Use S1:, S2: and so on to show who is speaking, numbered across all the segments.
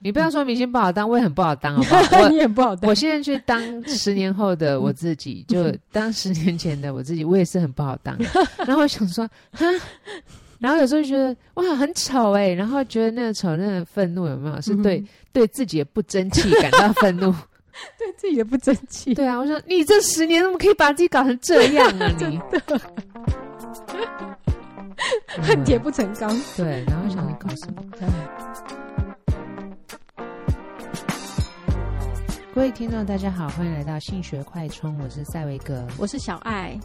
S1: 你不要说明星不好当，我也很不好当，好 不好？
S2: 你也不好
S1: 我
S2: 当
S1: 我。现在去当十年后的我自己，就当十年前的我自己，我也是很不好当。然后我想说，哈，然后有时候觉得哇很丑哎、然后觉得那个丑那个愤怒有没有是对、
S2: 嗯
S1: 对自己的不争气感到愤怒？
S2: 对自己的不争气，
S1: 对啊，我说你这十年怎么可以把自己搞成这样啊你？
S2: 恨铁不成钢。
S1: 对，然后想说搞什么？各位听众，大家好，欢迎来到性学快充，我是赛维格。
S2: 我是小爱，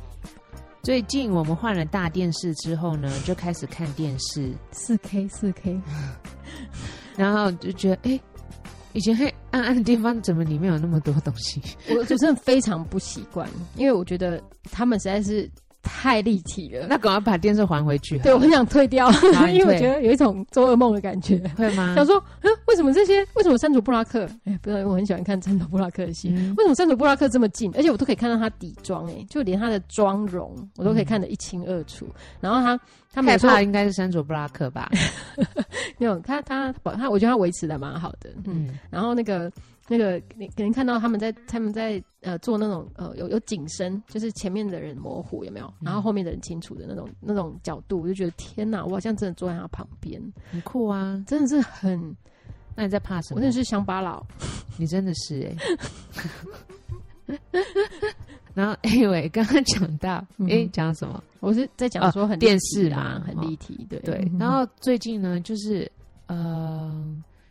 S1: 最近我们换了大电视之后呢，就开始看电视，
S2: 四 K 四 K，
S1: 然后就觉得，哎、以前黑暗暗的地方怎么里面有那么多东西？
S2: 我就真的非常不习惯，因为我觉得他们实在是太立体了。
S1: 那赶快把电视还回去好
S2: 对
S1: 了，
S2: 我很想啊退掉
S1: 哪，里
S2: 因为我
S1: 退
S2: 觉得有一种做噩梦的感觉。
S1: 会吗？
S2: 想说，嗯，为什么这些？为什么山竹布拉克？哎、不知道，我很喜欢看山竹布拉克的戏。
S1: 嗯
S2: 为什么山竹布拉克这么近？而且我都可以看到他底妆，哎，就连他的妆容我都可以看得一清二楚。然后他他每
S1: 害
S2: 次候
S1: 怕应该是山卓布拉克 吧？
S2: 没有他他他，我觉得他维持的蛮好的，嗯。
S1: 嗯，
S2: 然后那个那个，你可能看到他们在他们在呃做那种呃有有景深，就是前面的人模糊有没
S1: 嗯
S2: 有，然后后面的人清楚的那种那种角度，我就觉得天哪，我好像真的坐在他旁边，
S1: 很酷啊！
S2: 真的是很，
S1: 那你在怕什
S2: 我
S1: 么
S2: 真的？是乡巴佬。
S1: 你真的是哎、 然后 anyway，刚刚讲到，
S2: 嗯
S1: 哎、讲到什么？
S2: 我是在讲说很、
S1: 啊电视嘛
S2: 嘛，很
S1: 哦
S2: 立体，对嗯
S1: 对，然后最近呢，就是呃，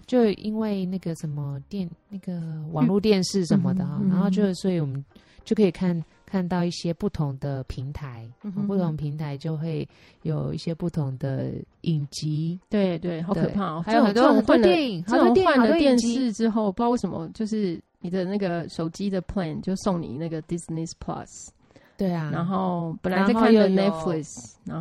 S1: 就因为那个什么电，那个网络电视什么的哈、
S2: 嗯嗯
S1: 然后就所以我们就可以看看到一些不同的平台，
S2: 嗯
S1: 哦不同平台就会有一些不同的影集，
S2: 对对，好
S1: 对
S2: 可怕哦！
S1: 还有很多
S2: 这种
S1: 很多
S2: 换了
S1: 电影，好
S2: 这
S1: 多
S2: 种
S1: 电影，
S2: 换
S1: 好多
S2: 了
S1: 影
S2: 电
S1: 集
S2: 视之后，不知道为什么，就是你的那个手机的 plan 就送你那个 Disney Plus，
S1: 对啊，
S2: 然后本来
S1: 然
S2: 在
S1: 后
S2: 看
S1: 又
S2: 的
S1: 有
S2: Netflix，然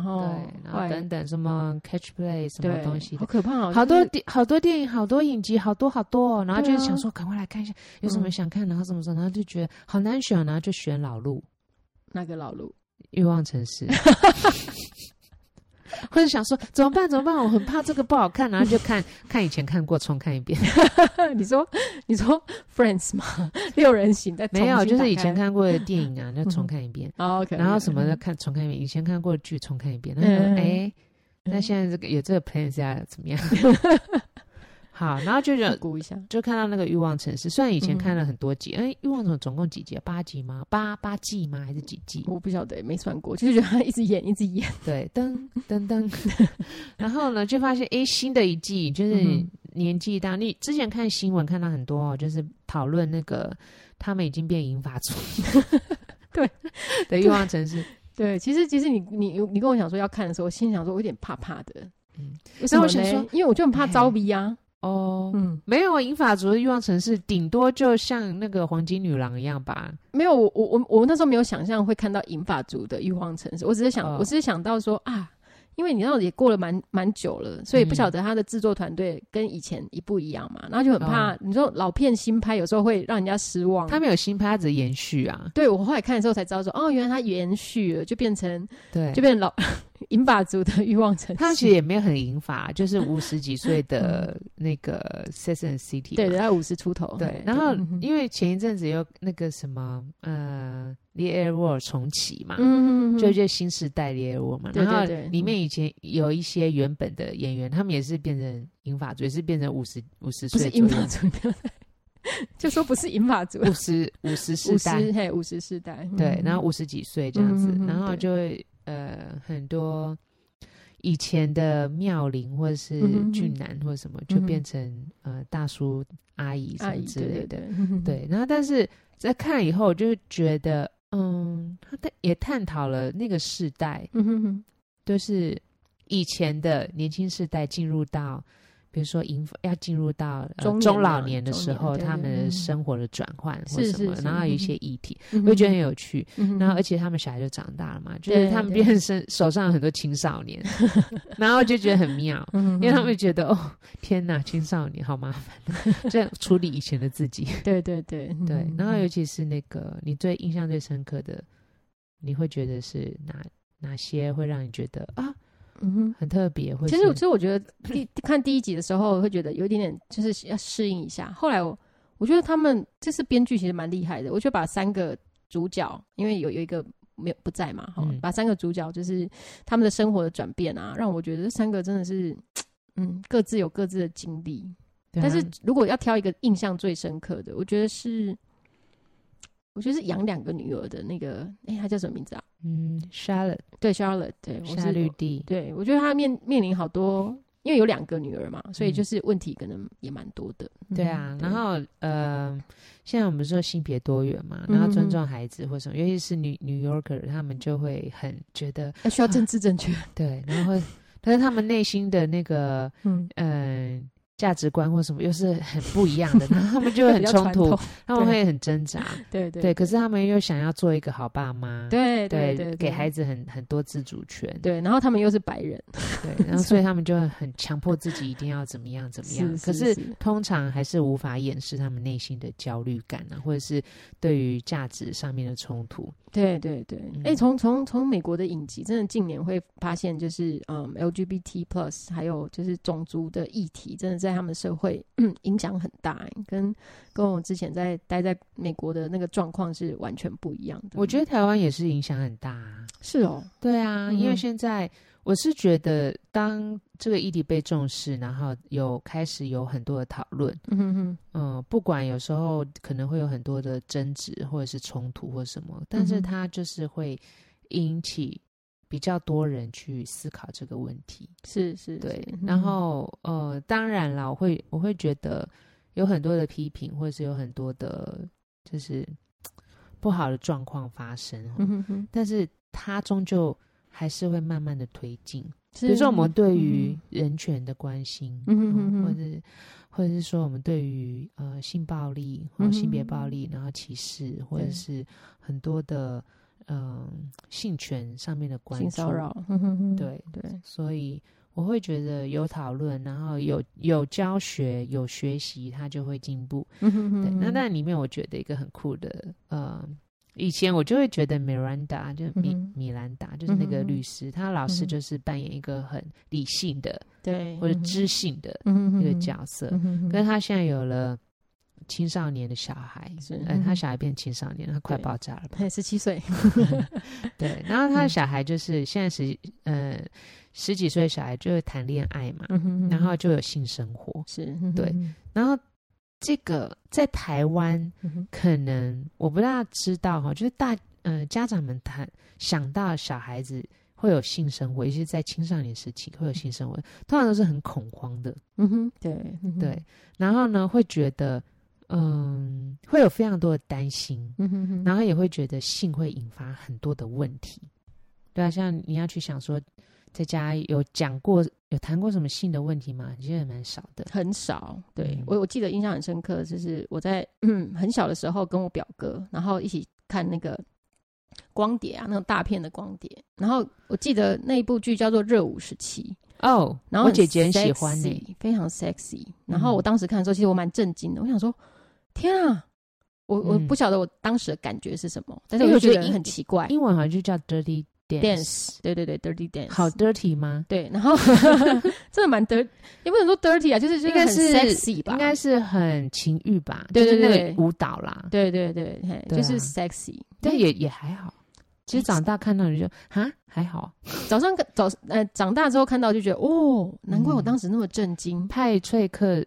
S1: 对
S2: 后，
S1: 然
S2: 后
S1: 后
S2: 来
S1: 等等什么 Catch Play 什么
S2: 嗯对
S1: 东西的
S2: 好。可怕哦！
S1: 好
S2: 就
S1: 多
S2: 是
S1: 电好多电影，好多影集，好多好多、哦，然后就
S2: 对啊
S1: 是想说赶快来看一下有什么
S2: 嗯
S1: 想看，然后什么什么，然后就觉得好难选，啊然后就选老路
S2: 那个老路，
S1: 《欲望城市》，或者想说怎么办怎么办，我很怕这个不好看，然后就看看以前看过重看一遍，
S2: 你说你说 Friends 吗？ 六人行在
S1: 没有就是以前看过的电 影啊，就重看一遍，
S2: ，OK，
S1: 然后什么的看重看一遍，以前看过的剧重看一遍，然后想说
S2: 嗯
S1: 哎、那现在这个有这个 plan 是要怎么 样？好，然后就觉得
S2: 估一下，
S1: 就看到那个欲望城市，虽然以前看了很多集，哎、欲望城市总共几集啊？八集吗？八八季吗？还是几季？
S2: 我不晓得，没算过，就是觉得他一直演一直 演，
S1: 对，噔噔噔，然后呢，就发现哎、新的一季就是
S2: 嗯，
S1: 年纪大，你之前看新闻看到很多、哦，就是讨论那个他们已经变银发族
S2: 对
S1: 的欲望城市。
S2: 对，其实其实你你你跟我讲说要看的时候，我心想说我有点怕怕的，
S1: 嗯
S2: 嗯，为什么
S1: 那我想
S2: 呢
S1: 说，
S2: 因为我就很怕
S1: 哎
S2: 招逼啊，
S1: 哦，
S2: 嗯，
S1: 没有银发族的欲望城市，顶多就像那个黄金女郎一样吧。
S2: 没有，我我我我那时候没有想象会看到银发族的欲望城市，我只是想，
S1: 哦
S2: 我只是想到说啊，因为你知道也过了蛮蛮久了，所以不
S1: 嗯
S2: 晓得他的制作团队跟以前一不一样嘛，然后就很怕，
S1: 哦
S2: 你说老片新拍有时候会让人家失望。
S1: 他们有新拍，它只延续啊。
S2: 对我后来看的时候才知道说，哦，原来它延续了，就变成
S1: 对，
S2: 就变成老银发族的欲望城市。
S1: 他们其实也没有很银发，就是五十几岁的那个 Sex and City 嘛。
S2: 对，大概五十出头。
S1: 对。然后
S2: 嗯
S1: 因为前一阵子有那个什么呃《The Air War》重启嘛，
S2: 嗯嗯，
S1: 就就新时代《The Air War》嘛，
S2: 对
S1: 然后
S2: 对嗯对
S1: 里面以前有一些原本的演员，他们也是变成银发族，也是变成五十五十
S2: 不是
S1: 岁左
S2: 银
S1: 右，
S2: 发族，不要再就说不是银发族，
S1: 五十五十世
S2: 五
S1: 代
S2: 十，嘿五十世代。
S1: 对，
S2: 嗯
S1: 然后五十几岁这样子，
S2: 嗯嗯嗯
S1: 然后
S2: 对
S1: 就会呃很多以前的妙龄或者是
S2: 嗯哼
S1: 俊男或者什么，就
S2: 嗯哼
S1: 变成呃大叔阿姨什
S2: 阿
S1: 么
S2: 姨
S1: 之类的。
S2: 对，对对
S1: 对，然后但是在看以后，我就觉得嗯，他的也探讨了那个世代，
S2: 嗯哼哼，
S1: 就是以前的年轻世代进入到。比如说，银发要进入到、呃
S2: 中年
S1: 中老
S2: 了
S1: 年的
S2: 中
S1: 时
S2: 年
S1: 候，
S2: 对
S1: 他
S2: 对
S1: 们的
S2: 嗯
S1: 生活的转换或
S2: 是
S1: 什么，
S2: 是是
S1: 然后有一
S2: 嗯
S1: 些
S2: 哼
S1: 议题，
S2: 嗯
S1: 我就觉得
S2: 哼
S1: 很有趣。
S2: 嗯哼
S1: 然后，
S2: 哼
S1: 而且他们小孩就长大了嘛，就
S2: 对
S1: 是他们
S2: 对
S1: 变身手上有很多青少 年，然后就觉得很妙，
S2: 嗯
S1: 因为他们觉得哦，天哪，青少年好麻烦， 就处理以前的自己。
S2: 对对对嗯
S1: 对，然后
S2: 有
S1: 尤其是那个你最印象最深刻的，你会觉得是哪哪些会让你觉得啊，
S2: 嗯哼。
S1: 很特别。会
S2: 其实我，其
S1: 是
S2: 实我觉得第看第一集的时候会觉得有一点点，就是要适应一下。后来我我觉得他们这次编剧其实蛮厉害的，我觉得把三个主角，因为有有一个没有不在嘛，哈、
S1: 嗯
S2: 把三个主角就是他们的生活的转变啊，让我觉得这三个真的是，嗯，各自有各自的经历。
S1: 对啊
S2: 但是如果要挑一个印象最深刻的，我觉得是，我觉得是养两个女儿的那个，哎、她叫什么名字啊？
S1: 嗯，Charlotte
S2: 对，Charlotte，对，我
S1: 夏
S2: 是
S1: 绿蒂，
S2: 对，我觉得他面面临好多，因为有两个女儿嘛，所以
S1: 嗯
S2: 就是问题可能也蛮多的。
S1: 对啊
S2: 嗯，
S1: 然后呃，现在我们说性别多元嘛，
S2: 嗯
S1: 然后尊重孩子或什么，尤其是女 New Yorker，他们就会很觉得
S2: 要哎需要政治正确，
S1: 对，然后会，但是他们内心的那个
S2: 嗯，
S1: 嗯、呃价值观或什么又是很不一 样的，然后他们就会很
S2: 比较
S1: 冲
S2: 传
S1: 突
S2: 统，，
S1: 他们会很挣扎，
S2: 对对
S1: 对，可是他们又想要做一个好爸妈，
S2: 对对对，
S1: 给孩
S2: 子
S1: 子很很多自主权，
S2: 对，然后他们又是白人，
S1: 对，然后所以他们就很强迫自己一定要怎么样怎么样，
S2: 是
S1: 可是
S2: 是是
S1: 通常还是无法掩饰他们内心的焦虑感啊，或者是对于价值上面的冲突。
S2: 对对对，
S1: 嗯
S2: 哎、从从从美国的影集，真的近年会发现，就是嗯，LGBT plus 还有就是种族的议题，真的在他们社会、嗯、影响很大、诶跟跟我之前在待在美国的那个状况是完全不一样的。
S1: 我觉得台湾也是影响很大、啊。
S2: 是哦，
S1: 对啊，
S2: 嗯
S1: 因为现在我是觉得，当这个议题被重视，然后有开始有很多的讨论，
S2: 嗯哼哼，
S1: 嗯，不管有时候可能会有很多的争执或者是冲突或什么，但是
S2: 嗯哼
S1: 它就是会引起比较多人去思考这个问题。
S2: 是是，
S1: 对
S2: 是，
S1: 然
S2: 嗯
S1: 后呃，当然啦，我会我会觉得有很多的批评，或者是有很多的，就是不好的状况发生哦、
S2: 嗯哼哼，
S1: 但是它终究还是会慢慢的推进。
S2: 比
S1: 比如说，我们对于人权的关心，哦
S2: 嗯哼哼哼
S1: 或者是或者是说我们对于呃性暴力、
S2: 嗯
S1: 或
S2: 哼
S1: 性别暴力，然后歧视，或者
S2: 对
S1: 是很多的嗯、性权上面的关
S2: 性
S1: 注
S2: 骚，扰，嗯哼哼，
S1: 对，
S2: 对，
S1: 所以我会觉得有讨论，然后有有教学，有学习，他就会进步。
S2: 嗯哼
S1: 对，
S2: 哼，
S1: 那但里面我觉得一个很酷的，呃，以前我就会觉得 Miranda 就米、
S2: 嗯哼
S1: 米兰达就是那个
S2: 嗯哼
S1: 律师，他老师
S2: 嗯哼
S1: 就是扮演一个很理性的、
S2: 对，
S1: 或者知性的
S2: 嗯哼
S1: 一
S2: 哼
S1: 个，角色，
S2: 嗯哼哼
S1: 可是他现在有了青少年的小孩
S2: 是，
S1: 嗯，
S2: 嗯
S1: 他
S2: 哼
S1: 小孩变青少年，他快
S2: 对
S1: 爆炸了吧？
S2: 嘿，十 七岁，
S1: 对，然后他
S2: 嗯
S1: 的小孩就是现在十呃十几岁的小孩就会谈恋爱嘛，
S2: 嗯哼哼
S1: 然后就有性生活。
S2: 是，嗯哼
S1: 对
S2: 哼，
S1: 然后这个在台湾
S2: 嗯哼
S1: 可能我不大知道哈，就是大呃家长们谈想到小孩子会有性生活，尤其是在青少年时期会有性生活，通常都是很恐慌的，
S2: 嗯哼，对，嗯哼
S1: 对，，然后呢会觉得嗯会有非常多的担心，
S2: 嗯哼哼，
S1: 然后也会觉得性会引发很多的问题。对啊，像你要去想说，在家有讲过、有谈过什么性的问题吗？其实也蛮少的。
S2: 很少。对
S1: 嗯
S2: 我我记得印象很深刻，就是我在嗯很小的时候跟我表哥，然后一起看那个光碟啊，那种大片的光碟。然后我记得那一部剧叫做《热舞时期》，
S1: 哦，
S2: 然
S1: 我
S2: 后很
S1: 姐姐很喜欢欸呢、
S2: sexy，非常 sexy。然后我当时看的时候，其实我蛮震惊的，我想说，天啊！我我
S1: 嗯
S2: 不晓得我当时的感觉是什么，但是
S1: 因
S2: 我
S1: 为
S2: 就
S1: 我
S2: 觉
S1: 觉得
S2: 得
S1: 英
S2: 很奇怪。
S1: 英文好像就叫 dirty dance，,
S2: dance，对对对，dirty dance，
S1: 好 dirty 吗？
S2: 对，然后 真的蛮 dirty，也不能说 dirty 啊，就是就
S1: 应该
S2: 很
S1: 是
S2: sexy 吧，
S1: 应该是很情欲吧？
S2: 对
S1: 就
S2: 对
S1: 是那
S2: 对
S1: 个舞蹈啦，
S2: 对对对，嘿
S1: 对啊
S2: 就是 sexy。
S1: 但也也还好。其实长大看到你就哈还好，
S2: 早上早呃长大之后看到就觉得哦，难
S1: 嗯
S2: 怪我当时那么震惊。
S1: 派翠克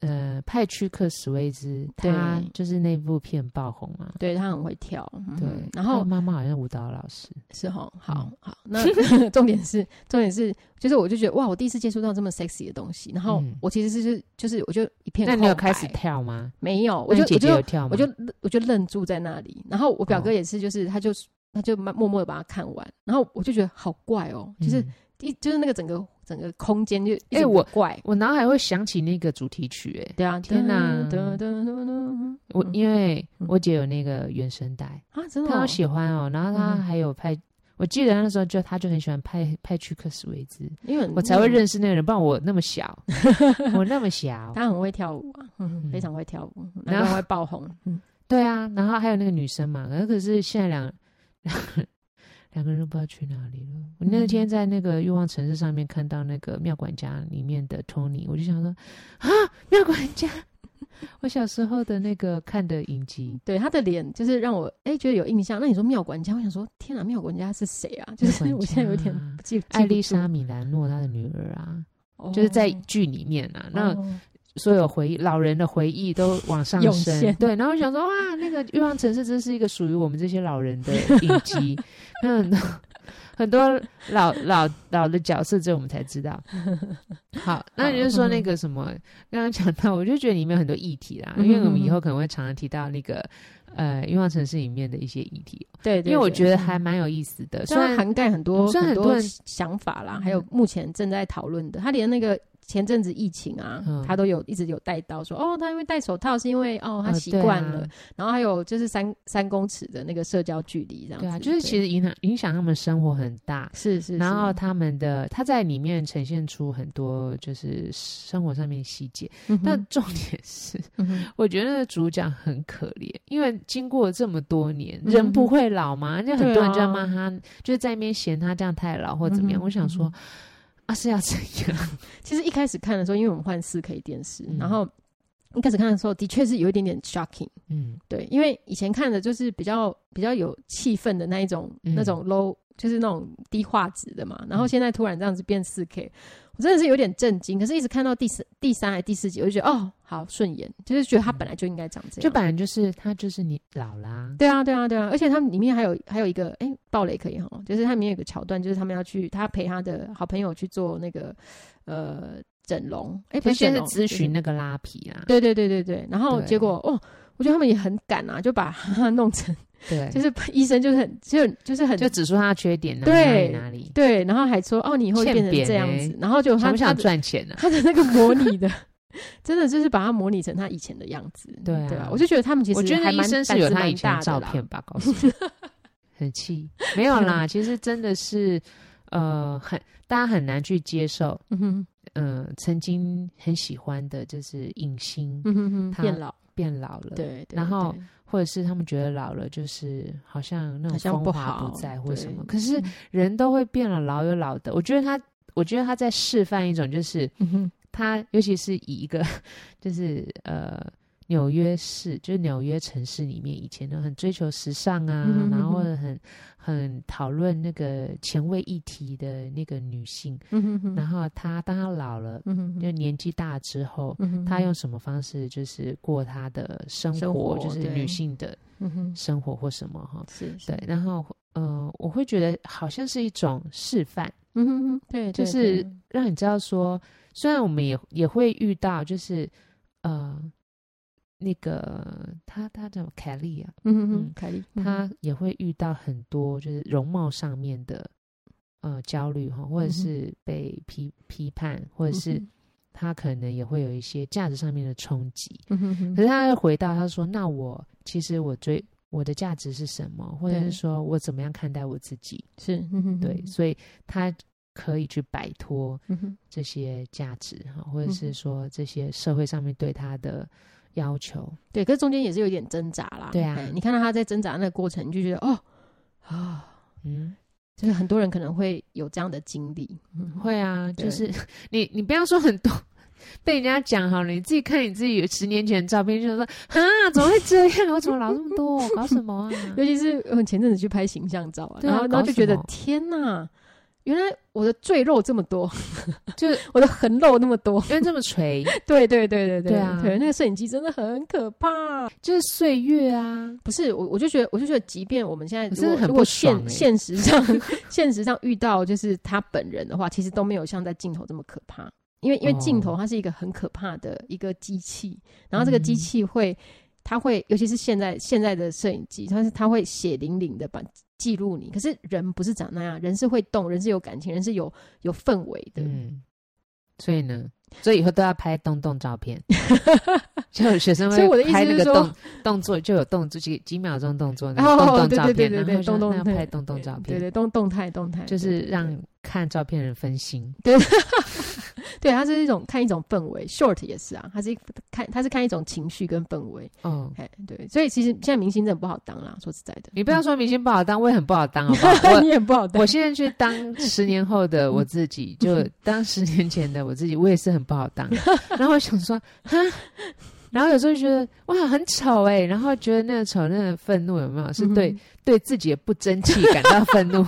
S1: 呃派屈克史威兹，
S2: 对
S1: 他就是那部片爆红嘛。
S2: 对他很会跳，嗯
S1: 对，他
S2: 然后
S1: 妈妈好像舞蹈老师，
S2: 是吼，好
S1: 嗯
S2: 好， 那 重点是重点是，就是我就觉得哇，我第一次接触到这么 sexy 的东西，然后
S1: 嗯
S2: 我其实是就是就是我就一片
S1: 那你有
S2: 空白
S1: 开始跳吗？
S2: 没有？我
S1: 那你姐
S2: 就我
S1: 姐有
S2: 就
S1: 跳吗？嗯
S2: 我就我就愣住在那里，然后我表
S1: 哦
S2: 哥也是，就是他就他就慢默默的把它看完，然后我就觉得好怪哦，就是
S1: 嗯
S2: 一就是那个整个整个空间就
S1: 哎
S2: 哎
S1: 我
S2: 怪，
S1: 我脑海会想起那个主题曲，哎，
S2: 对啊，
S1: 天哪
S2: 噔噔噔噔
S1: 我
S2: 嗯
S1: 因为
S2: 嗯
S1: 我姐有那个原声带，
S2: 啊，真的、
S1: 她
S2: 哦
S1: 好，喜欢哦，然后她
S2: 嗯
S1: 还有拍，我记得那时候就她就很喜欢派派屈克斯维兹，
S2: 因为很
S1: 我才会，认识那个人，不然我那么 小，我那么小，
S2: 他很会跳舞啊，嗯
S1: 嗯，
S2: 非常会跳舞，
S1: 然
S2: 然
S1: 后
S2: 后会爆红，嗯，
S1: 对啊，然后还有那个女生嘛，可是可是现在两两 两个人都不知道去哪里了。我那天在那个欲望城市上面看到那个妙管家里面的 Tony，我就想说啊，妙管家，我小时候的那个看的影集，
S2: 对他的脸，就是让我哎、觉得有印象。那你说妙管家，我想说，天哪，妙管家是谁啊？就
S1: 妙
S2: 是
S1: 管
S2: 我现在有点
S1: 家
S2: 不记，记不
S1: 艾丽
S2: 住
S1: 莎，米兰诺她的女儿啊，就是在
S2: 哦
S1: 剧里面啊，那
S2: 哦
S1: 所有回忆，老人的回忆都往上
S2: 涌
S1: 升
S2: 现。
S1: 对，然后我想说，哇，那个《欲望城市》真是一个属于我们这些老人的影 集，那很多很多老老老的角色，只有我们才知道。好，那你就说那个什么，刚刚讲到，我就觉得里面有很多议题啦，
S2: 嗯
S1: 因为我们以后可能会常常提到那个呃《欲望城市》里面的一些议题，
S2: 对，嗯对
S1: 因为我
S2: 对
S1: 觉得
S2: 嗯
S1: 还蛮有意思的。虽
S2: 虽然
S1: 然嗯
S2: 涵盖很多
S1: 虽然
S2: 很
S1: 很多人嗯
S2: 想法啦，还有目前正在讨论的，他连那个前阵子疫情啊，
S1: 嗯
S2: 他都有一直有带到说，哦，他因为戴手套是因为哦他
S1: 呃
S2: 习
S1: 对
S2: 惯
S1: 啊
S2: 了，然后还有就是三三公尺的那个社交距离这样子，
S1: 对啊，就是其实影响影响他们生活很大。
S2: 是是，
S1: 然后
S2: 是
S1: 他们的他在里面呈现出很多就是生活上面细节，
S2: 嗯哼
S1: 但重点是，
S2: 嗯哼
S1: 我觉得主角很可怜，因为经过这么多年，
S2: 嗯
S1: 人不会老嘛，就很多人就在
S2: 对啊
S1: 骂他，就是在那边嫌他这样太老或怎么样。
S2: 嗯哼
S1: 我想说
S2: 嗯。
S1: 啊，是要怎样？
S2: 其实一开始看的时候，因为我们换四 K 电视，
S1: 嗯
S2: 然后一开始看的时候的确是有一点点 shocking。
S1: 嗯，
S2: 对，因为以前看的就是比较比较有气氛的那一种、
S1: 嗯
S2: 那种 low，就是那种低画质的嘛。然后现在突然这样子变四 K，我真的是有点震惊。可是，一直看到第四、第三还第四集，我就觉得哦，好顺眼，就是觉得他本来就应该长这
S1: 嗯
S2: 样。
S1: 就本来就是他就是你老啦，
S2: 对啊，对啊，对啊，而且他们里面还有还有一个，哎、暴雷可以哈，就是它里面有一个桥段，就是他们要去，他陪他的好朋友去做那个呃整容，哎、不
S1: 他
S2: 是
S1: 先
S2: 整
S1: 是
S2: 容
S1: 咨询，
S2: 就是
S1: 那个拉皮啦，
S2: 对对对对对，然后
S1: 对
S2: 结果哦，我觉得他们也很敢啊，就把他弄成，
S1: 对，
S2: 就是 医生就是很就就是很
S1: 就指出他的缺点哪里
S2: 对
S1: 哪里
S2: 对，然后还说哦，你以后会变
S1: 欠
S2: 成
S1: 扁
S2: 这样
S1: 欸
S2: 子，然后就
S1: 哪里，想
S2: 他
S1: 不
S2: 他
S1: 想
S2: 的
S1: 赚钱呢？
S2: 他的那个模拟的。 真的就是把它模拟成他以前的样子，
S1: 对啊
S2: 对吧？我就觉得他们其实
S1: 我觉得
S2: 还
S1: 医
S2: 蛮
S1: 生是
S2: 胆
S1: 有
S2: 子
S1: 他
S2: 蛮
S1: 以前
S2: 大
S1: 的
S2: 的
S1: 照
S2: 啦
S1: 片吧，告诉 你，很气，没有啦。其实真的是，呃，很大家很难去接受，
S2: 嗯哼，
S1: 呃，曾经很喜欢的就是影星
S2: 嗯哼哼，
S1: 他
S2: 变老，
S1: 变老了，，
S2: 对，对
S1: 然后
S2: 对
S1: 或者是他们觉得老了就是好像那种
S2: 好像
S1: 风
S2: 不
S1: 华
S2: 好
S1: 不在或什么，
S2: 对
S1: 可是
S2: 嗯
S1: 人都会变了，老有老的。我觉得他，我觉得他在示范一种就是。
S2: 嗯哼，
S1: 他尤其是以一个 就是呃纽约市，就是纽约城市里面以前呢很追求时尚啊，
S2: 嗯哼
S1: 然后或
S2: 嗯哼
S1: 者很很讨论那个前卫议题的那个女性，
S2: 嗯哼哼，
S1: 然后她当她老了，
S2: 嗯哼嗯
S1: 就年纪大之后。
S2: 哼，
S1: 她用什么方式就是过她的生活，
S2: 生活
S1: 就是
S2: 对
S1: 女性的
S2: 嗯哼
S1: 生活或什么哈？
S2: 是，是
S1: 对，，然后呃，我会觉得好像是一种示范，
S2: 嗯哼哼，对，
S1: 就
S2: 对
S1: 是
S2: 对
S1: 让你知道说，虽然我们
S2: 嗯
S1: 也也会遇到，就是呃，那凯他他叫凯莉啊，
S2: 嗯哼
S1: 嗯
S2: 哼，凯莉，嗯
S1: 他也会遇到很多就是容貌上面的呃焦虑哈，或者
S2: 嗯哼嗯
S1: 是被批批判，或者是，他可能也会有一些价值上面的冲击。
S2: 嗯哼哼
S1: 可，是他又回到他说，那我其实我追我的价值是什么，或者是
S2: 对
S1: 说我怎么样看待我自己？
S2: 是，嗯哼，
S1: 对，所以他可以去摆脱。
S2: 嗯哼，
S1: 这些价值哈，或者是
S2: 嗯
S1: 说这些社会上面对他的要求。
S2: 对，可是中间也是有一点挣扎啦，
S1: 对啊
S2: 哎你看到他在挣扎那个过程，你就觉得哦啊，
S1: 嗯，
S2: 就是很多人可能会有这样的经历，嗯哼
S1: 会啊，就
S2: 对
S1: 是你你不要说很多。被人家讲好了，你自己看你自己十年前的照片，就说啊，怎么会这样？我怎么老这么多？搞什么啊？
S2: 尤其是我前阵子去拍形象照啊，
S1: 对啊
S2: 然后
S1: 搞
S2: 然后就
S1: 什
S2: 觉得
S1: 么
S2: 天哪，原来我的赘肉这么多，
S1: 就
S2: 我的横肉那么多，
S1: 因为这么垂，
S2: 对对对对
S1: 对啊
S2: 对，那个摄影机真的很可怕。
S1: 就是岁月啊，
S2: 不是我，我就觉得，我就觉得，即便我们现在
S1: 我
S2: 如
S1: 真的
S2: 果
S1: 很
S2: 如果
S1: 不爽
S2: 现
S1: 欸
S2: 现实上现实上遇到就是他本人的话，其实都没有像在镜头这么可怕，因为因为
S1: 哦嗯
S2: 镜头它是一个很可怕的一个机器，然后这个机器会，它会，尤其是现在现在的摄影机，它是它会血淋淋的把记录你，可是人不是长那样，人是会动，人是有感情，人是有有氛围的，
S1: 嗯。所以呢，所以以后都要拍动动照 片，就有学生
S2: 所以我
S1: 会
S2: 的意思
S1: 拍那
S2: 是
S1: 个
S2: 说
S1: 动动作，就有动作几几秒钟动作，那
S2: 哦
S1: 个动动
S2: 对
S1: 照
S2: 对
S1: 片，
S2: 对对
S1: 然
S2: 对
S1: 后就
S2: 动动
S1: 那要拍
S2: 对
S1: 动动照片
S2: 对，对，动动态动态，
S1: 就
S2: 对
S1: 是
S2: 对对
S1: 让看照片人分心。
S2: 对，它是一种看一种氛围，short 也是啊，它是一看它是看一种情绪跟氛围，
S1: 哦，
S2: 哎，对，所以其实现在明星真的不好当啦，说实在的，嗯
S1: 你不要说明星不好当，我也很不好当，好不 好？我
S2: 你也不好当
S1: 我，现在去当十年后的我自己，就
S2: 嗯
S1: 当十年前的我自己，我也是很不好当。 然后我想说，哈，然后有时候觉得哇很丑哎、然后觉得那个丑那个愤怒有没有是对、
S2: 嗯
S1: 对自己的不争气感到愤 怒？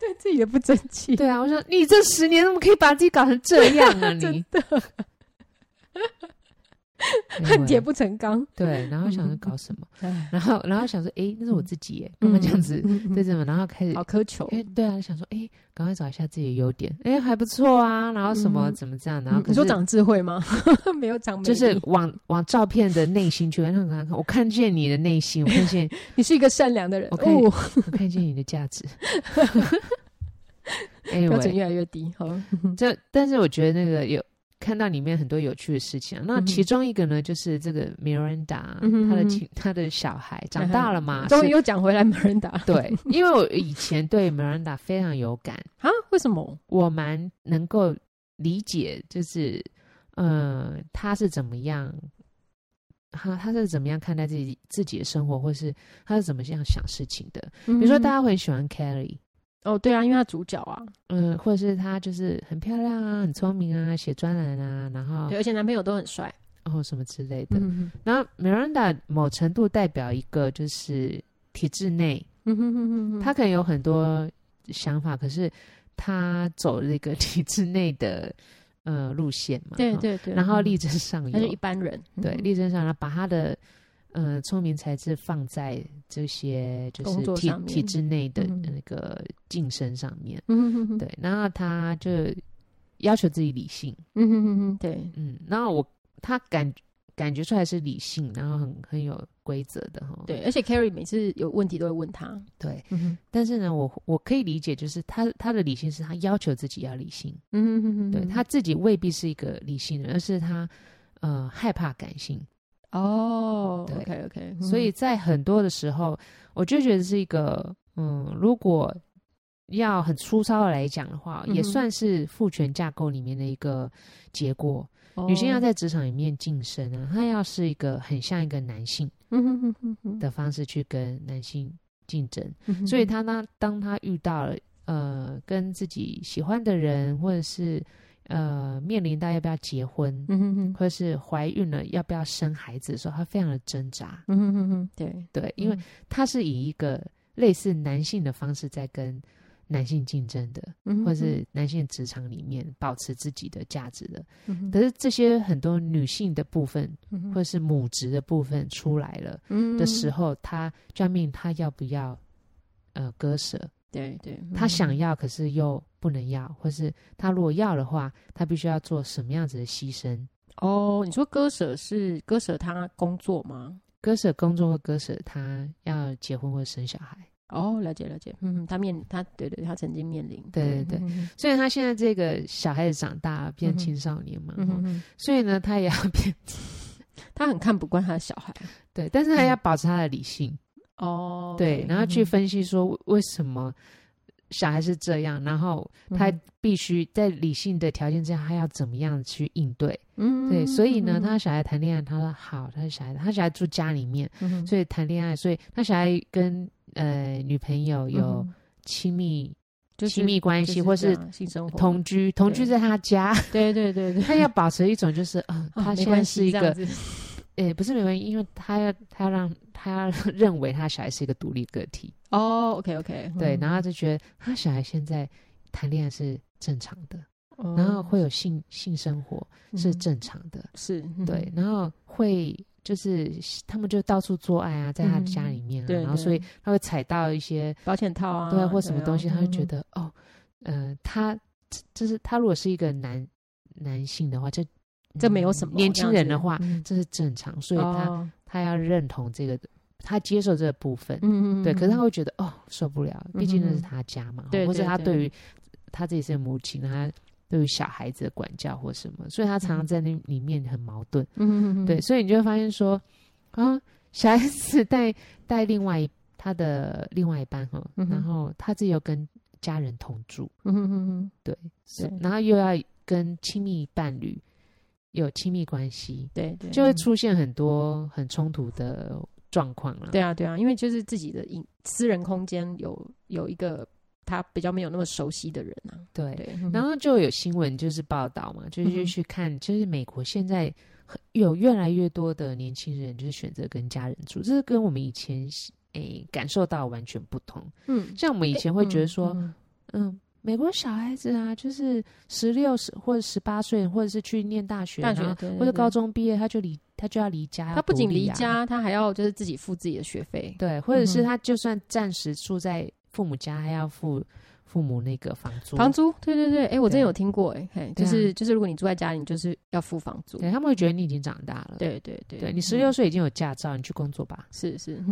S2: 对自己的不争气，
S1: 对啊，我说你这十年怎么可以把自己搞成这样啊
S2: 真
S1: 你？
S2: 的
S1: 对
S2: 恨
S1: 我
S2: 铁不成钢，
S1: 对，然后想着搞什么，
S2: 哎，
S1: 然后然后想说，诶，那是我自己耶，干嘛这样子？
S2: 嗯嗯，嗯嗯
S1: 对，怎么？然后开始
S2: 好哦苛求，
S1: 因为对啊，想说，哎、赶快找一下自己的优点，哎、还不错啊，然后什么、
S2: 嗯
S1: 怎么这样，然后
S2: 嗯
S1: 可
S2: 你
S1: 是
S2: 说长智慧吗？ 没有长，
S1: 就是往往照片的内心去看，看看看，我看见你的内心，我看见
S2: 你是一个善良的人，
S1: 我看
S2: 哦，
S1: 我看见你的价 值。哎
S2: 标准
S1: 喂，
S2: 越来越低，好，
S1: 这但是我觉得那个有看到里面很多有趣的事情、啊。那
S2: 嗯哼
S1: 其中一个呢，就是这个 Miranda，、
S2: 嗯
S1: 他
S2: 哼嗯
S1: 的
S2: 哼嗯
S1: 亲他的小孩长大了嘛，
S2: 终于
S1: 是
S2: 又讲回来没人打 啊？
S1: 对，因为我以前对 Miranda 非常有感，
S2: 啊为什么？
S1: 我蛮能够理解，就是呃，
S2: 嗯
S1: 他是怎么样，他他是怎么样看待自己自己的生活，或是他是怎么样想事情的。
S2: 比
S1: 比如说，大家会很喜欢 Kelly，
S2: 嗯哦，对啊，因为他主角啊，
S1: 嗯、或者是他就是很漂亮啊，很聪明啊，写专栏啊，然后
S2: 对，而且男朋友都很帅，
S1: 哦什么之类的。
S2: 嗯
S1: 然后 Miranda 某程度代表一个就是体制内，
S2: 嗯哼哼哼哼，
S1: 他可能有很多想法，可是他走这个体制内的 呃路线嘛，
S2: 对
S1: 哈
S2: 对对，
S1: 然后
S2: 嗯
S1: 力争上
S2: 他是一
S1: 游，
S2: 般人，嗯
S1: 对，力争上游，把他的呃聪明才智放在这些就
S2: 工
S1: 是
S2: 作
S1: 体
S2: 上面
S1: 体制内的
S2: 嗯
S1: 那个晋升上面，
S2: 嗯哼哼，
S1: 对，然后他就要求自己理性，
S2: 嗯哼哼哼，对，
S1: 嗯，然后我他感感觉出来是理性，然后很很有规则的哈，
S2: 对，而且 Carrie 每次有问题都会问他，
S1: 对，
S2: 嗯哼
S1: 但是呢，我我可以理解，就是他他的理性是他要求自己要理性，
S2: 嗯哼哼哼，
S1: 对他自己未必是一个理性人，而是他呃害怕感性。
S2: 哦
S1: 对
S2: ，OK OK，
S1: 所以在很多的时候，我就觉得是一个，嗯，如果要很粗糙的来讲的话，
S2: 嗯哼
S1: 也算是父权架构里面的一个结果。
S2: 哦
S1: 女性要在职场里面晋升啊，她要是一个很像一个男性
S2: 嗯哼哼哼哼
S1: 的方式去跟男性竞争，
S2: 嗯哼
S1: 所以她呢，当她遇到了呃跟自己喜欢的人，或者是呃面临到要不要结婚，
S2: 嗯哼哼
S1: 或者是怀孕了要不要生孩子的时候，她非常的挣扎。
S2: 嗯哼哼哼，对，
S1: 对，因为他是以一个类似男性的方式在跟男性竞争的，
S2: 嗯
S1: 或是男性职场里面保持自己的价值的。
S2: 嗯
S1: 可是这些很多女性的部分，或是母职的部分出来了的时
S2: 候，
S1: 候，他就要命他要不要呃割舍？
S2: 对嗯对，
S1: 他想要，可是又不能要，或是他如果要的话，他必须要做什么样子的牺牲？
S2: 哦，你说割舍是割舍他工作吗？
S1: 割舍工作或割舍他要结婚或生小孩？
S2: 哦，了解了解，嗯，他面他对对，他曾经面临，
S1: 对对对
S2: 嗯
S1: 所以他现在这个小孩子长大变青少年嘛，
S2: 嗯
S1: 齁
S2: 哼哼，
S1: 所以呢，他也要变
S2: 他很看不惯他的小孩，
S1: 对，但是他要保持他的理性，
S2: 嗯哦
S1: 对，然后去分析说为为什么小孩是这样，然后
S2: 嗯
S1: 他必须在理性的条件之下，他要怎么样去应对，
S2: 嗯
S1: 对，所以呢，他小孩谈恋爱，他说好，他小孩他小孩住家里面，
S2: 嗯
S1: 所以谈恋爱，所以他小孩跟呃女朋友有亲密
S2: 嗯就是
S1: 亲密关系，或是
S2: 性生活，
S1: 同居，同居
S2: 对
S1: 在他家，
S2: 对对 对对，
S1: 他要保持一种就是啊，
S2: 啊
S1: 他
S2: 没
S1: 现
S2: 关
S1: 在
S2: 系
S1: 是一
S2: 这
S1: 个
S2: 样子
S1: 诶、不是没关系，因为他要他要让他要认为他小孩是一个独立个体，
S2: 哦，OK OK，
S1: 对，然后他就觉得他小孩现在谈恋爱是正常的，
S2: 后
S1: 然后会有性性生活
S2: 嗯
S1: 是正常的，
S2: 是嗯
S1: 对，然后会就是他们就到处做爱啊，在他家里面、啊，
S2: 嗯对
S1: 然后所以
S2: 对
S1: 他会踩到一些
S2: 保险套啊，嗯
S1: 对或什么东西，他就觉
S2: 得
S1: 得哦，呃，他就是他如果是一个男男性的话，这
S2: 这没有
S1: 嗯
S2: 什么
S1: 年轻人的话，
S2: 嗯
S1: 这是正常，所以他。
S2: 哦
S1: 他要认同这个，他接受这个部分，
S2: 嗯嗯，
S1: 对。
S2: 嗯
S1: 可是他
S2: 嗯
S1: 会觉得哦受不了，毕竟那是他家嘛，
S2: 对
S1: 或者
S2: 对
S1: 他
S2: 对
S1: 对于他自己是母亲，他对于小孩子的管教或什么，所以他常
S2: 嗯
S1: 常在那里面很矛盾，
S2: 嗯嗯嗯
S1: 对。所以你就会发现说，啊，小 孩子带带另外一他的另外一半哈，
S2: 嗯哼
S1: 然后他自己又跟家人同住，
S2: 嗯嗯嗯嗯
S1: 对，是
S2: 对
S1: 然后又要跟亲密伴侣有亲密关系，
S2: 对对，嗯
S1: 就会出现很多很冲突的状况了。
S2: 对啊，对啊，因为就是自己的隐私人空间有有一个他比较没有那么熟悉的人啊，
S1: 对
S2: 对，
S1: 然后就有新闻就是报道嘛，就
S2: 嗯
S1: 是
S2: 哼
S1: 去看，就是美国现在很有越来越多的年轻人就是选择跟家人住，这是跟我们以前诶、感受到完全不同。
S2: 嗯，
S1: 像我们以前会觉得说，
S2: 嗯，
S1: 嗯美国小孩子啊，就是十六十或者十八岁，或者是去念大学，
S2: 大学
S1: 然后
S2: 对对
S1: 或者
S2: 对
S1: 高中毕业，他就离他就要离家，
S2: 他不仅
S1: 要独
S2: 离
S1: 立啊，
S2: 家，他还要就是自己付自己的学费，
S1: 对，或者
S2: 嗯
S1: 是
S2: 哼
S1: 他就算暂时住在父母家，还要付父母那个房租，
S2: 房租，对对对，哎，我真
S1: 对
S2: 有听过，哎，嘿，就
S1: 对啊
S2: 是就是如果你住在家里，你就是要付房租，
S1: 对他们会觉得你已经长大了，。
S2: 对对对，
S1: 对你
S2: 嗯
S1: 十六岁已经有驾照，你去工作 吧。
S2: 是是，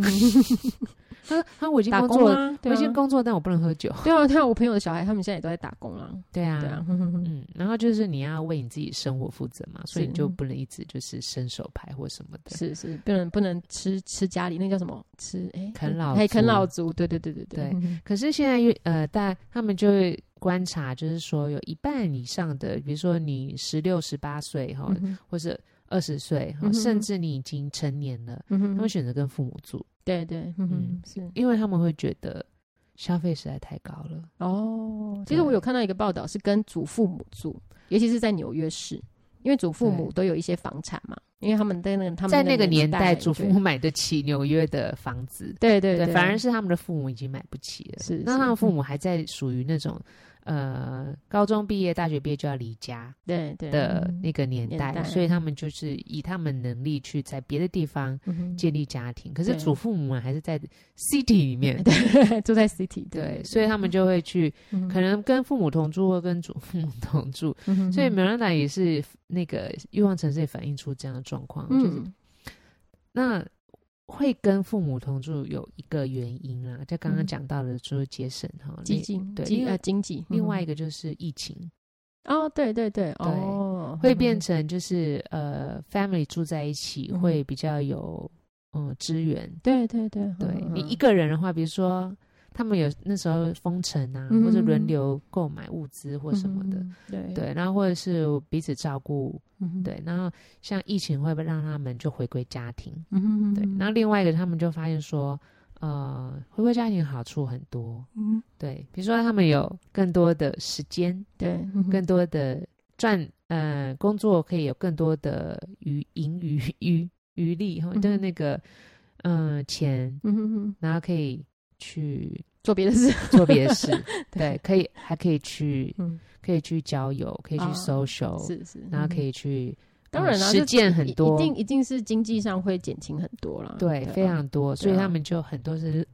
S1: 他说：“他我已经
S2: 打
S1: 工
S2: 工
S1: 作了，
S2: 啊，
S1: 我
S2: 对
S1: 已经
S2: 啊，
S1: 工作，但我不能喝酒。
S2: 对啊，对啊，我朋友的小孩他们现在也都在打工啦，”
S1: 对啊，
S2: 对啊，
S1: 嗯，然后就是你要为你自己生活负责嘛，所以
S2: 是嗯
S1: 你就不能一直就是伸手牌或什么的。
S2: 是是，不能不能吃吃家里那叫什么吃哎
S1: 啃老
S2: 还啃
S1: 族
S2: 老族，对对对对对嗯
S1: 对，可是现在越呃，但他们就会观察，就是说有一半以上的，比如说你十六、十八岁哈，
S2: 嗯哼
S1: 或者二十岁哈，
S2: 嗯哼
S1: 甚至你已经成年了，
S2: 嗯
S1: 他
S2: 哼
S1: 们选择跟父母住，
S2: 对对，嗯哼，是
S1: 因为他们会觉得消费实在太高了。
S2: 哦。其实我
S1: 对
S2: 有看到一个报道是跟祖父母住，尤其是在纽约市，因为祖父母都有一些房产嘛，因为他们在那个他们
S1: 在那个
S2: 年
S1: 年代，祖父母
S2: 对
S1: 买得起纽约的房子，
S2: 对对
S1: 对，反而是他们的父母已经买不起了。
S2: 是
S1: 那
S2: 是
S1: 他们父
S2: 嗯
S1: 母还在属于那种呃高中毕业、大学毕业就要离家
S2: 对对
S1: 的
S2: 嗯
S1: 那个年
S2: 年
S1: 代，
S2: 代
S1: 所以他们就是以他们能力去在别的地方
S2: 嗯哼
S1: 建立家庭。可是
S2: 对。
S1: 祖父母们还是在 city 里面
S2: 对 住在 city
S1: 对，所以他们就会去，
S2: 嗯
S1: 可能跟父母同住或跟祖父母同住，
S2: 嗯哼
S1: 所以
S2: 嗯
S1: 梅兰达也是那个欲望城市也反映出这样的状况，就是
S2: 嗯
S1: 那会跟父母同住有一个原因啦，就刚刚
S2: 嗯
S1: 讲到的，就是节省哈。
S2: 基
S1: 另
S2: 金
S1: 对
S2: 基
S1: 另
S2: 呃经济，
S1: 另外一
S2: 个
S1: 个就是疫情，
S2: 哦对对对哦
S1: 会变成就是呃，family 住在一起
S2: 嗯
S1: 会比较有嗯支援。
S2: 对对对
S1: 对
S2: 嗯
S1: 你
S2: 嗯
S1: 一个人的话，比如说他们有那时候封城啊，
S2: 嗯
S1: 或者轮流购买物资或什么的，
S2: 嗯对
S1: 对，然后或者是彼此照顾，
S2: 嗯哼
S1: 对，然后像疫情会不会让他们就回归家庭？
S2: 嗯哼
S1: 对，然后另外一个他们就发现说，呃，回归家庭好处很多，
S2: 嗯
S1: 对，比如说他们有更多的时间，
S2: 对嗯哼
S1: 更多的赚，呃，工作可以有更多的余盈余余余力，哈，就是
S2: 嗯
S1: 那个，嗯、钱，
S2: 嗯哼哼
S1: 然后可以去
S2: 做别的事，
S1: 做别 的事，对，可以还可以去
S2: 嗯
S1: 可以去交友，可以去
S2: 啊
S1: social，、
S2: 是是，
S1: 然后哦可
S2: 以
S1: 以去，
S2: 当
S1: 呃
S2: 然啦
S1: 实
S2: 这
S1: 践很多，
S2: 一定一定是经济上会减轻很多啦。
S1: 对，
S2: 啊
S1: 非常嗯多，所以
S2: 对啊
S1: 他们就很多是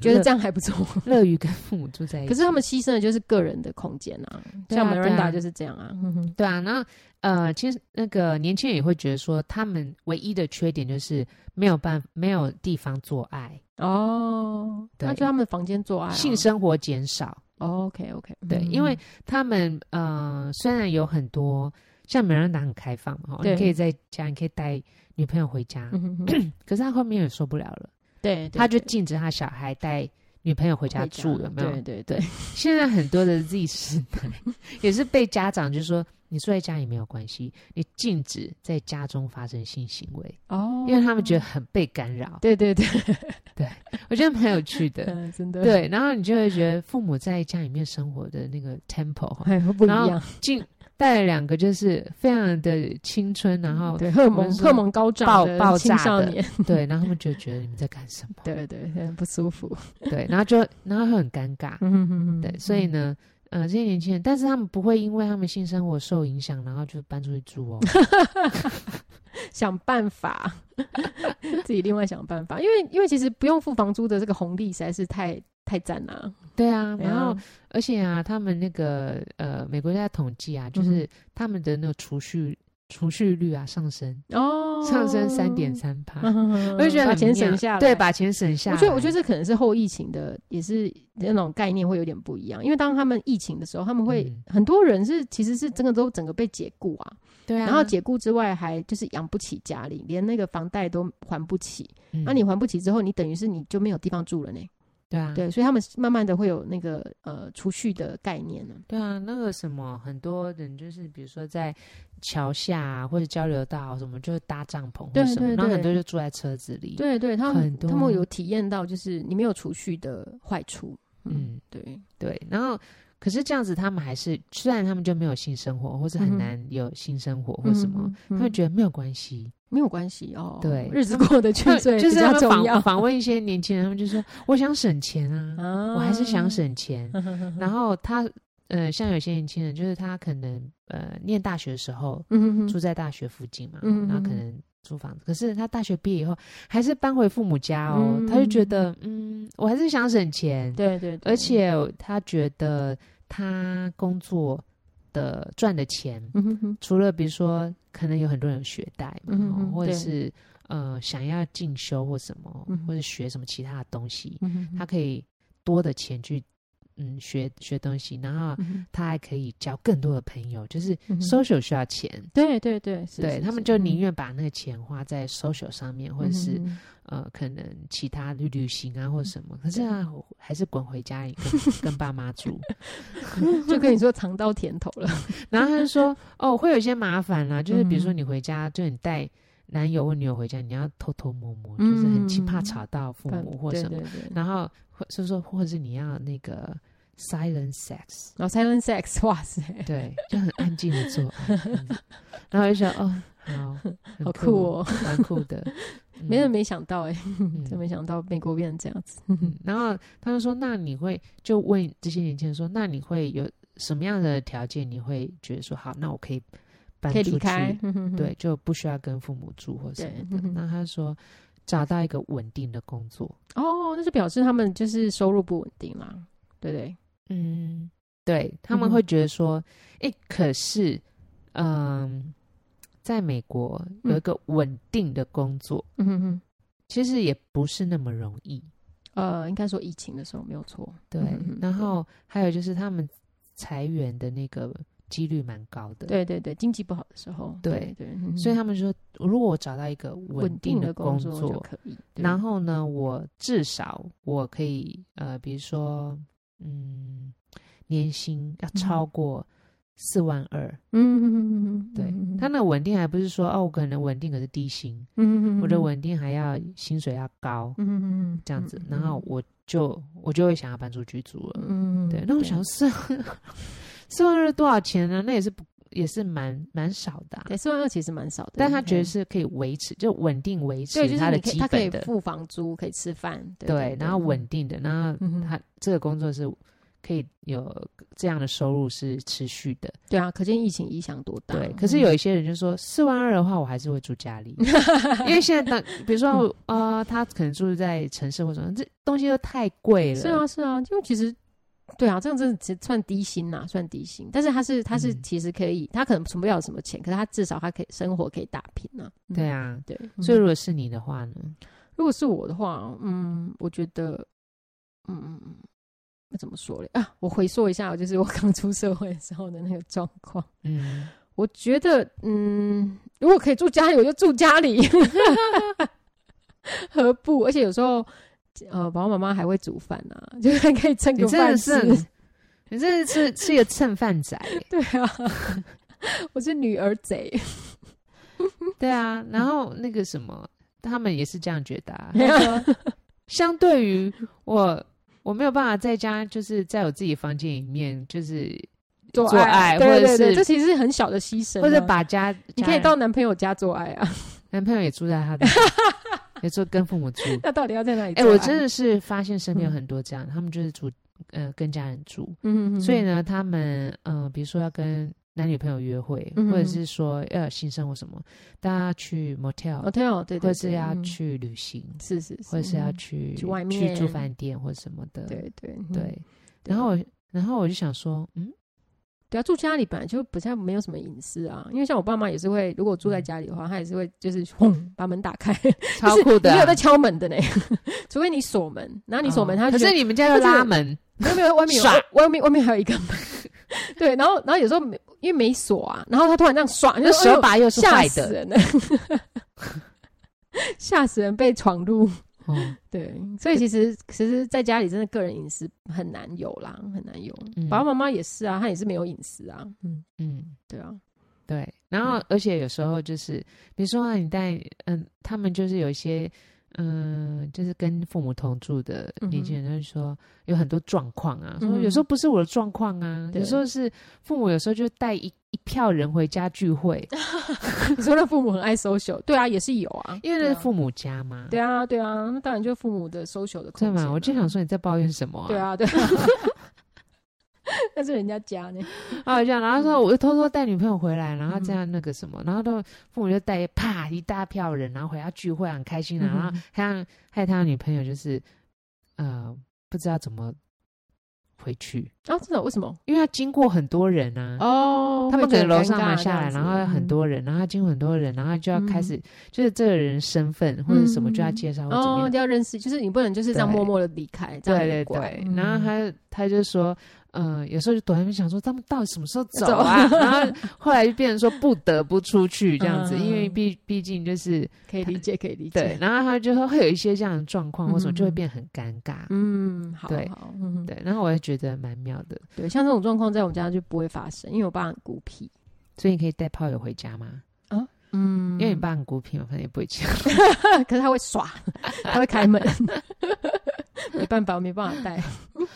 S2: 觉得
S1: 乐
S2: 这样还不错。
S1: 乐于跟父母住在一起。
S2: 可是他们牺牲的就是个人的空间啊，
S1: 对啊
S2: 像 m i r a n d
S1: 对
S2: a
S1: 啊
S2: 就是这样啊。嗯哼
S1: 对啊，那
S2: 嗯
S1: 呃，其实那个年轻人也会觉得说，他们唯一的缺点就是没有办没有地方做爱，
S2: 哦，
S1: 对
S2: 那就他们房间做爱啊，哦嗯
S1: 性生活减少。
S2: OK OK，
S1: 对，因为他们呃，虽然有很多像美兰达很开放嘛，哦
S2: 对
S1: 你可以在家，你可以带女朋友回家，
S2: 嗯
S1: 可是他后面也受不了了，
S2: 对，对
S1: 他就
S2: 对
S1: 禁止他小孩带女朋友回家
S2: 回
S1: 住，有没有？
S2: 对 对对，
S1: 现在很多的 Z 世代 也是被家长就说，你住在家里没有关系，你禁止在家中发生性行为，
S2: 哦
S1: 因为他们觉得很被干扰。
S2: 对对对，
S1: 我觉得蛮有趣的，
S2: 嗯 真的，
S1: 对。然后你就会觉得父母在家里面生活的那个 tempo 哈，
S2: 哎，会不一
S1: 然后
S2: 样，
S1: 进带了两个就是非常的青春，然后
S2: 嗯对，荷尔
S1: 我
S2: 蒙
S1: 们是
S2: 荷尔蒙高涨
S1: 爆
S2: 的
S1: 爆
S2: 青
S1: 炸
S2: 少
S1: 的
S2: 年，
S1: 对，然后他们就觉得你们在干什么？
S2: 对对，很不舒服。
S1: 对，然后就然后很尴尬，
S2: 嗯哼哼哼
S1: 对，所以呢，呃，这些年轻人，但是他们不会因为他们性生活受影响，然后就搬出去 住哦。
S2: 想办法， 自己另外想办法，因为因为其实不用付房租的这个红利实在是太太赞啦、
S1: 对啊，然后
S2: 对啊
S1: 而且啊，他们那个呃，美国在统计啊，就
S2: 嗯哼
S1: 是他们的那个储蓄储蓄率啊上升，
S2: 哦，
S1: 上升三点，三趴，
S2: 我
S1: 我就觉得
S2: 嗯把
S1: 很
S2: 钱
S1: 妙
S2: 省下来，
S1: 对，？把钱省下
S2: 我
S1: 来。
S2: 觉得，我觉得这可能是后疫情的，也是那种概念会有点不一样。因为当他们疫情的时候，他们会、
S1: 嗯
S2: 很多人是其实是真的都整个被解雇啊，
S1: 对啊，
S2: 然后解雇之外还就是养不起家里，连那个房贷都还不起。
S1: 嗯，
S2: 那、你还不起之后，你等于是你就没有地方住了呢。
S1: 对啊，
S2: 对，所以他们慢慢的会有那个呃储蓄的概念呢、
S1: 对啊，那个什么，很多人就是比如说在桥下、啊、或者交流道什么，就搭帐篷或
S2: 对
S1: 什么，
S2: 对
S1: 然后
S2: 对
S1: 很多就住在车子里。，
S2: 对对，他们
S1: 很多啊
S2: 他们有体验到，就是你没有储蓄的坏处。嗯，
S1: 嗯，
S2: 对，
S1: 对。然后，可是这样子，他们还是虽然他们就没有性生活，或是很
S2: 嗯
S1: 难有性生活或什么，
S2: 嗯？
S1: 他
S2: 嗯
S1: 们觉得没有关系。
S2: 没有关系哦，
S1: 对
S2: 日子过得去
S1: 就
S2: 最
S1: 就是
S2: 比
S1: 他
S2: 较
S1: 们
S2: 重要
S1: 访。访问一些年轻人，他们就说：“我想省钱啊，
S2: 啊
S1: 我还是想。 省钱。
S2: 嗯
S1: 然后他呃，像有些年轻人，就是他可能呃念大学的时候
S2: 嗯
S1: 住
S2: 哼
S1: 在大学附近嘛，
S2: 嗯嗯嗯
S1: 然后可能租房子。可是他大学毕业以后，还是搬回父母家哦。
S2: 嗯
S1: 他就觉得，嗯，我还是想省钱，
S2: 对对，对
S1: 而，且他觉得他工作的赚的钱，
S2: 嗯哼哼，
S1: 除了比如说，可能有很多人有学贷嘛，
S2: 嗯
S1: 哦
S2: 嗯
S1: 或者
S2: 对
S1: 是呃想要进修或什么，
S2: 嗯
S1: 或者学什么其他的东西，
S2: 嗯哼哼
S1: 他可以多的钱去嗯学学东西，然后
S2: 嗯哼
S1: 他还可以交更多的朋友，就是
S2: 嗯哼
S1: social 需要钱，
S2: 对对对，是
S1: 对
S2: 是
S1: 他们
S2: 是
S1: 就宁
S2: 嗯
S1: 愿把那个钱花在 social 上面，或者是、
S2: 嗯哼嗯
S1: 呃可能其他旅旅行啊或什么，可是啊我还是滚回家里跟跟爸妈住，
S2: 哼就跟你说尝到甜头 了。
S1: 然后他就说：“哦，会有一些麻烦啦，就是比如
S2: 嗯
S1: 说你回家，就你带男友或女友回家，你要偷偷摸摸，就是很
S2: 嗯
S1: 轻怕吵到父
S2: 反
S1: 母或
S2: 对
S1: 什么。
S2: 对对
S1: 然后或是说，或者是你要那个 silent sex，
S2: 然后 silent sex，哇塞，
S1: 对，就很安静的做爱。嗯 然后我就想，哦，好，很
S2: 好
S1: 酷
S2: 酷，哦！
S1: 蛮酷的， 嗯
S2: 没人没想到哎，
S1: 嗯
S2: 真没想到美国变成这样子。
S1: 嗯然后他就说：“那你会就问这些年轻人说，那你会有什么样的条件？你会觉得说好，那我可以搬
S2: 可以
S1: 出
S2: 离开
S1: 去，，
S2: 嗯哼哼
S1: 对，就不需要跟父母住或什
S2: 对
S1: 么，
S2: 嗯
S1: 的。
S2: 哼
S1: 那他说找到一个稳定的工作，
S2: 哦，那就表示他们就是收入不稳定啦，对不对？
S1: 嗯，对他
S2: 嗯
S1: 们
S2: 哼
S1: 会觉得说，诶，可是，嗯，在美国有一
S2: 嗯
S1: 个稳定的工作，
S2: 嗯哼哼，
S1: 其实也不是那么容易，
S2: 呃，应该说疫情的时候没有错，
S1: 对
S2: 嗯哼。
S1: 然后还有就是他们裁员的那个几率蛮高的，。
S2: 对对对，经济不好的时候，
S1: 对
S2: 对对，嗯哼
S1: 所以他们说，如果我找到一个稳
S2: 稳
S1: 定
S2: 定
S1: 的
S2: 的
S1: 工
S2: 作
S1: 作
S2: 就，可以，对嗯
S1: 然后呢，我至少我可以呃，比如说，嗯，年薪要超过四万二、
S2: 嗯哼哼哼哼，
S1: 对
S2: 嗯哼，
S1: 他那个稳定还不是说哦，我可能稳定可是低薪，
S2: 嗯哼哼
S1: 我的
S2: 哼，
S1: 稳定还要薪水要高、
S2: 嗯哼哼哼，
S1: 这样子
S2: 嗯，
S1: 然后，我就我就会想要搬出去住了。
S2: 嗯，嗯
S1: 对，那我想，四四万二多少钱呢？那也是不也是蛮蛮少的啊、
S2: 对，四万二其实蛮少的，
S1: 但他觉得
S2: 嗯
S1: 是可以维持，就稳定维持
S2: 对，就是
S1: 他的
S2: 你可以
S1: 基
S2: 他可以
S1: 本的，
S2: 付房租，可以吃饭，对
S1: 对，然后，稳定的，然后
S2: 对嗯哼
S1: 他这个工作是可以有这样的收入是持续的，
S2: 对啊，可见疫情影响多大。
S1: 对。可是有一些人就说四万二的话，我还是会住家里，
S2: 嗯
S1: 因为现在当比如说呃，他可能住在城市或什么，这东西都太贵了，
S2: 是啊，是啊，因为其实对啊，这样真的只算低薪呐、算低薪。但是他是他是
S1: 嗯
S2: 其实可以，他可能存不了什么钱，可是他至少他可以生活可以打拼呐、嗯
S1: 对啊。
S2: 对，
S1: 所
S2: 所
S1: 以
S2: 以
S1: 如果是你的话呢，
S2: 如果是我的话，嗯，我觉得，嗯嗯嗯，那怎么说嘞啊？我回溯一下，就是我刚出社会的时候的那个状况。
S1: 嗯，
S2: 我觉得，嗯，如果可以住家里，我就住家里， 何不？而且有时候，呃，爸爸妈妈还会煮饭啊，就是还可以 蹭
S1: 你
S2: 个
S1: 真
S2: 饭
S1: 的
S2: 吃
S1: 是。很。你真的是是一个蹭饭仔欸，
S2: 对啊， 我是女儿 贼。
S1: 对啊，
S2: 嗯
S1: 然后那个什么，他们也是这样觉得、 啊。他说，相对于我，我没有办法在家，就是在我自己房间里面， 就是
S2: 做
S1: 做爱
S2: 对
S1: 或者
S2: 对对，
S1: 是
S2: 这其实是很小的牺牲啊、
S1: 或者把家，
S2: 你
S1: 家
S2: 可以
S1: 人
S2: 到男朋友家做爱啊，
S1: 男朋友也住在他的，也住跟父母住。
S2: 那到底要在哪里
S1: 哎、
S2: 做爱？
S1: 我真的是发现身边有
S2: 啊嗯
S1: 很多这样，他们就是住，呃，跟家人住，
S2: 嗯，嗯，嗯
S1: 所以，呢，他们，呃，比如说要跟。男女朋友约会，
S2: 嗯
S1: 或者
S2: 嗯
S1: 是说要有性生活什么，大家去 motel，、
S2: 哦对哦，对
S1: 或
S2: 对，
S1: 者是
S2: 对
S1: 要，
S2: 嗯
S1: 去旅行，
S2: 是是，
S1: 或者是要
S2: 嗯
S1: 去
S2: 去外
S1: 去住
S2: 面
S1: 饭店或什么的，
S2: 对对嗯
S1: 对。然后我然后我就想说，嗯，
S2: 对啊，住家里本来就比较没有什么隐私啊，因为像我爸妈也是会，如果住在家里的话，他也是会就是轰把门打开，
S1: 超酷的
S2: 你
S1: 啊，
S2: 没有在敲门的呢，除非你锁门，然后你锁门，
S1: 哦
S2: 他
S1: 可
S2: 就觉得
S1: 是你们家要
S2: 他觉得
S1: 拉门，
S2: 没有 没有，外面有
S1: 刷
S2: 外面外面还有一个门， 对，然后然后有时候没因为没锁啊，然后他突然这样刷，你
S1: 那
S2: 就
S1: 手
S2: 把
S1: 把又是
S2: 吓
S1: 坏
S2: 死
S1: 的，
S2: 人了，吓死人被闯入，
S1: 哦，
S2: 对，所以其实其实在家里真的个人隐私很难有啦，很难有。
S1: 嗯
S2: 爸爸妈妈也是啊，他也是没有隐私啊。嗯，
S1: 嗯，
S2: 对啊，
S1: 对。然
S2: 嗯
S1: 后，而且有时候就是，比如说啊你带，嗯，他们就是有一些，嗯，就是跟父母同住的
S2: 嗯哼
S1: 年轻人，就是说有很多状况啊，
S2: 嗯
S1: 说有时候不是我的状况啊，
S2: 对
S1: 有时候是父母有时候就带一一票人回家聚会，
S2: 你说那父母很爱 social，对啊，也是有啊，
S1: 因为那是
S2: 对啊
S1: 父母家嘛，
S2: 对啊，对啊，那当然就父母的 social 的空
S1: 对
S2: 间、啊
S1: 嘛，我就想，说你在抱怨什么啊？
S2: 对啊，对 啊，那是人家家呢，
S1: 啊，这样，然后说
S2: 嗯
S1: 我就偷偷带女朋友回来，然后这样那个什么，然后都父母就带啪一大票人，然后回家聚会很开心啊，
S2: 嗯
S1: 然后害他害他女朋友就是呃不知道怎么回去，
S2: 啊，真的？为什么？
S1: 因为要经过很多人啊。
S2: 哦，
S1: 他们
S2: 会
S1: 可
S2: 觉
S1: 能
S2: 得
S1: 楼
S2: 尴
S1: 上
S2: 尬
S1: 买
S2: 这
S1: 下来，
S2: 样子
S1: 然后很多人，然后经过很多人，然后就要开始，就是这个人身份或者什么就要介绍或
S2: 嗯
S1: 怎么
S2: 哦
S1: 样，，
S2: 要认识，就是你不能就是这样
S1: 对
S2: 默默的离开，这样
S1: 对对
S2: 很怪
S1: 对，
S2: 嗯
S1: 然后他他就说，呃，有时候就躲在那边想说，他们到底什么时候走啊？
S2: 走
S1: 然后后来就变成说不得不出去这样子，
S2: 嗯
S1: 因为毕毕竟就是
S2: 可以理解，可以理解，
S1: 对，，然后他就说会有一些这样的状况或什么，
S2: 嗯
S1: 就会变很尴尬。
S2: 嗯，好
S1: 对
S2: 好，嗯，
S1: 对，然后我也觉得蛮妙的，
S2: 对，像这种状况在我们家就不会发生，因为我爸很孤僻，
S1: 所以你可以带炮友回家吗？
S2: 嗯，
S1: 因为你爸很孤僻嘛，反正也不会这样。
S2: 可是他会耍，他会开门， 没办法，我没办法带，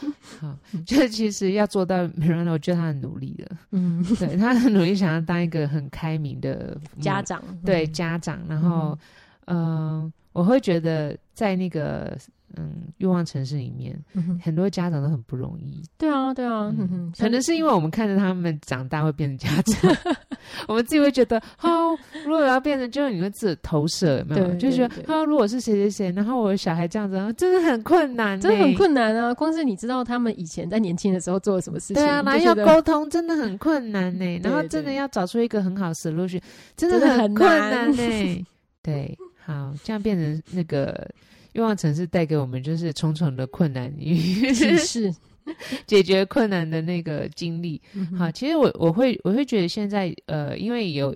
S1: 嗯好，就是其实要做到没让我觉得他很努力了，
S2: 嗯，
S1: 对他很努力想要当一个很开明的母
S2: 家长，嗯
S1: 对家长，然后，嗯、我会觉得在那个嗯欲望城市里面，
S2: 嗯哼，
S1: 很多家长都很不容易，
S2: 对啊，对啊，嗯哼，
S1: 可能是因为我们看着他们长大会变成家 长，我们自己会觉得，哦，如果要变成，就是你会自己投射，有没有？
S2: 对
S1: 就觉得
S2: 对，对
S1: 哦，如果是谁谁谁，然后我的小孩这样子，啊真的很困难、
S2: 真的很。困难啊！光是你知道他们以前在年轻的时候做了什么事情，
S1: 对啊，
S2: 你
S1: 然
S2: 就
S1: 后要
S2: 觉得
S1: 沟通真的很困难呢、 然后
S2: 对
S1: 真的
S2: 对
S1: 要找出一个很好的 solution，真
S2: 真的
S1: 的
S2: 很
S1: 困
S2: 难
S1: 难呢、 对，好，这样变成那个欲望城市带给我们就是重重的困难与
S2: 歧视。
S1: 解决困难的那个经历。
S2: 嗯
S1: 好，其实我我会我会觉得现在呃，因为有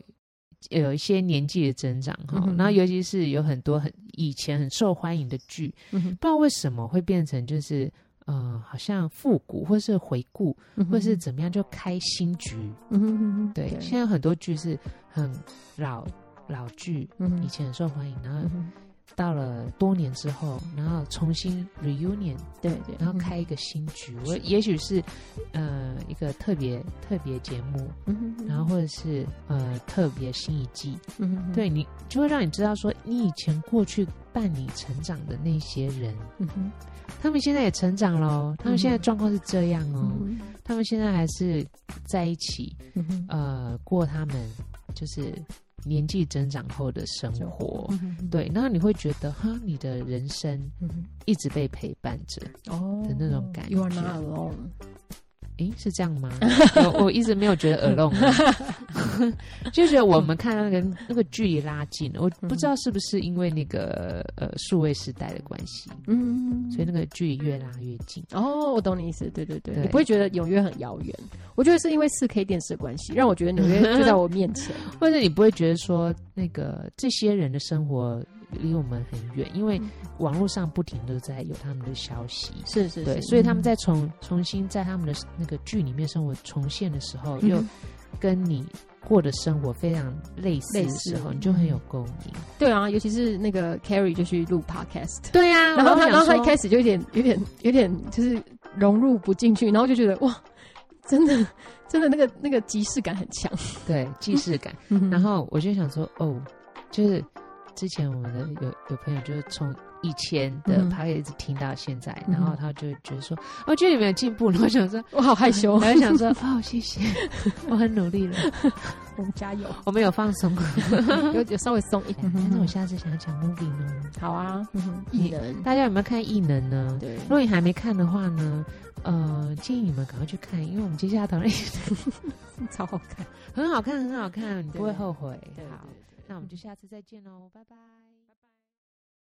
S1: 有一些年纪的增长哈
S2: 嗯，哼
S1: 然后尤其是有很多很以前很受欢迎的剧，
S2: 嗯
S1: 不知道为什么会变成就是呃，好像复古或是回顾
S2: 哼，
S1: 或是怎么样就开新局。
S2: 嗯哼嗯哼，
S1: 对，现在有很多剧是很老老剧，
S2: 嗯哼
S1: 以前很受欢迎，然后
S2: 嗯哼
S1: 到了多年之后，然后重新 reunion，
S2: 对对，
S1: 然后开一个新局，我也许是呃一个特别特别节目，
S2: 嗯哼，嗯哼
S1: 然后或者是呃特别新一季，
S2: 嗯哼，
S1: 对你就会让你知道说你以前过去伴你成长的那些人，
S2: 嗯哼
S1: 他们现在也成长喽，他们现在状况是这样哦，
S2: 嗯
S1: 他们现在还是在一起，
S2: 哼嗯哼
S1: 呃，过他们就是年纪增长后的生活。
S2: 嗯哼，
S1: 对，然后你会觉得哈，你的人生
S2: 嗯哼
S1: 一直被陪伴着。
S2: 哦
S1: 的那种感
S2: ，You are
S1: 觉
S2: not alone。
S1: 诶，是这样 吗？有我一直没有觉得耳聋，啊 就觉得我们看到那个那个距离拉近了。我不知道是不是因为那个呃数位时代的关系，
S2: 嗯，
S1: 所以那个距离越拉越近。
S2: 哦，我懂你意思，对对对，
S1: 对
S2: 你不会觉得纽约很遥远。我觉得是因为四 K 电视的关系，让我觉得纽约就在我面前。
S1: 或者你不会觉得说那个这些人的生活离我们很远，因为
S2: 嗯
S1: 网络上不停的在有他们的消息，
S2: 是 是
S1: 对，
S2: 是，
S1: 所以他们在重重新在他们的那个剧里面生活重现的时候，
S2: 嗯
S1: 又跟你过的生活非常类似的时候，
S2: 类似
S1: 你就很有共鸣。
S2: 对啊，尤其是那个 Carrie 就去录 podcast，
S1: 对呀、
S2: 啊然后他，然后他一开
S1: 始
S2: 始就有点、有点、有点，就是融入不进去，然后就觉得哇，真的、真的那个那个即视感很强。
S1: 对既视感，然
S2: 然后，
S1: 后我就想说，哦，就是之前我们的有有朋友就是从以前的
S2: 嗯哼
S1: 他也一直听到现在，
S2: 嗯哼
S1: 然后他就觉得说，哦，觉得你们有进步，然后我想说。
S2: 我好害羞，
S1: 还是想 说哦，谢谢，我很努力了，
S2: 我们加油，
S1: 我没有放松。
S2: 嗯
S1: 哎
S2: 有有稍微松一点。
S1: 但是我下次想要讲 movie 呢，
S2: 好啊，嗯哼艺人
S1: 大家有没有看《异能》呢？
S2: 对，
S1: 如果你还没看的话呢，呃，建议你们赶快去看，因为我们接下来讨论
S2: 超好看。
S1: 很好看，很好看，你不会后悔。嗯
S2: 对
S1: 好，那我们就下次再见喽，拜拜。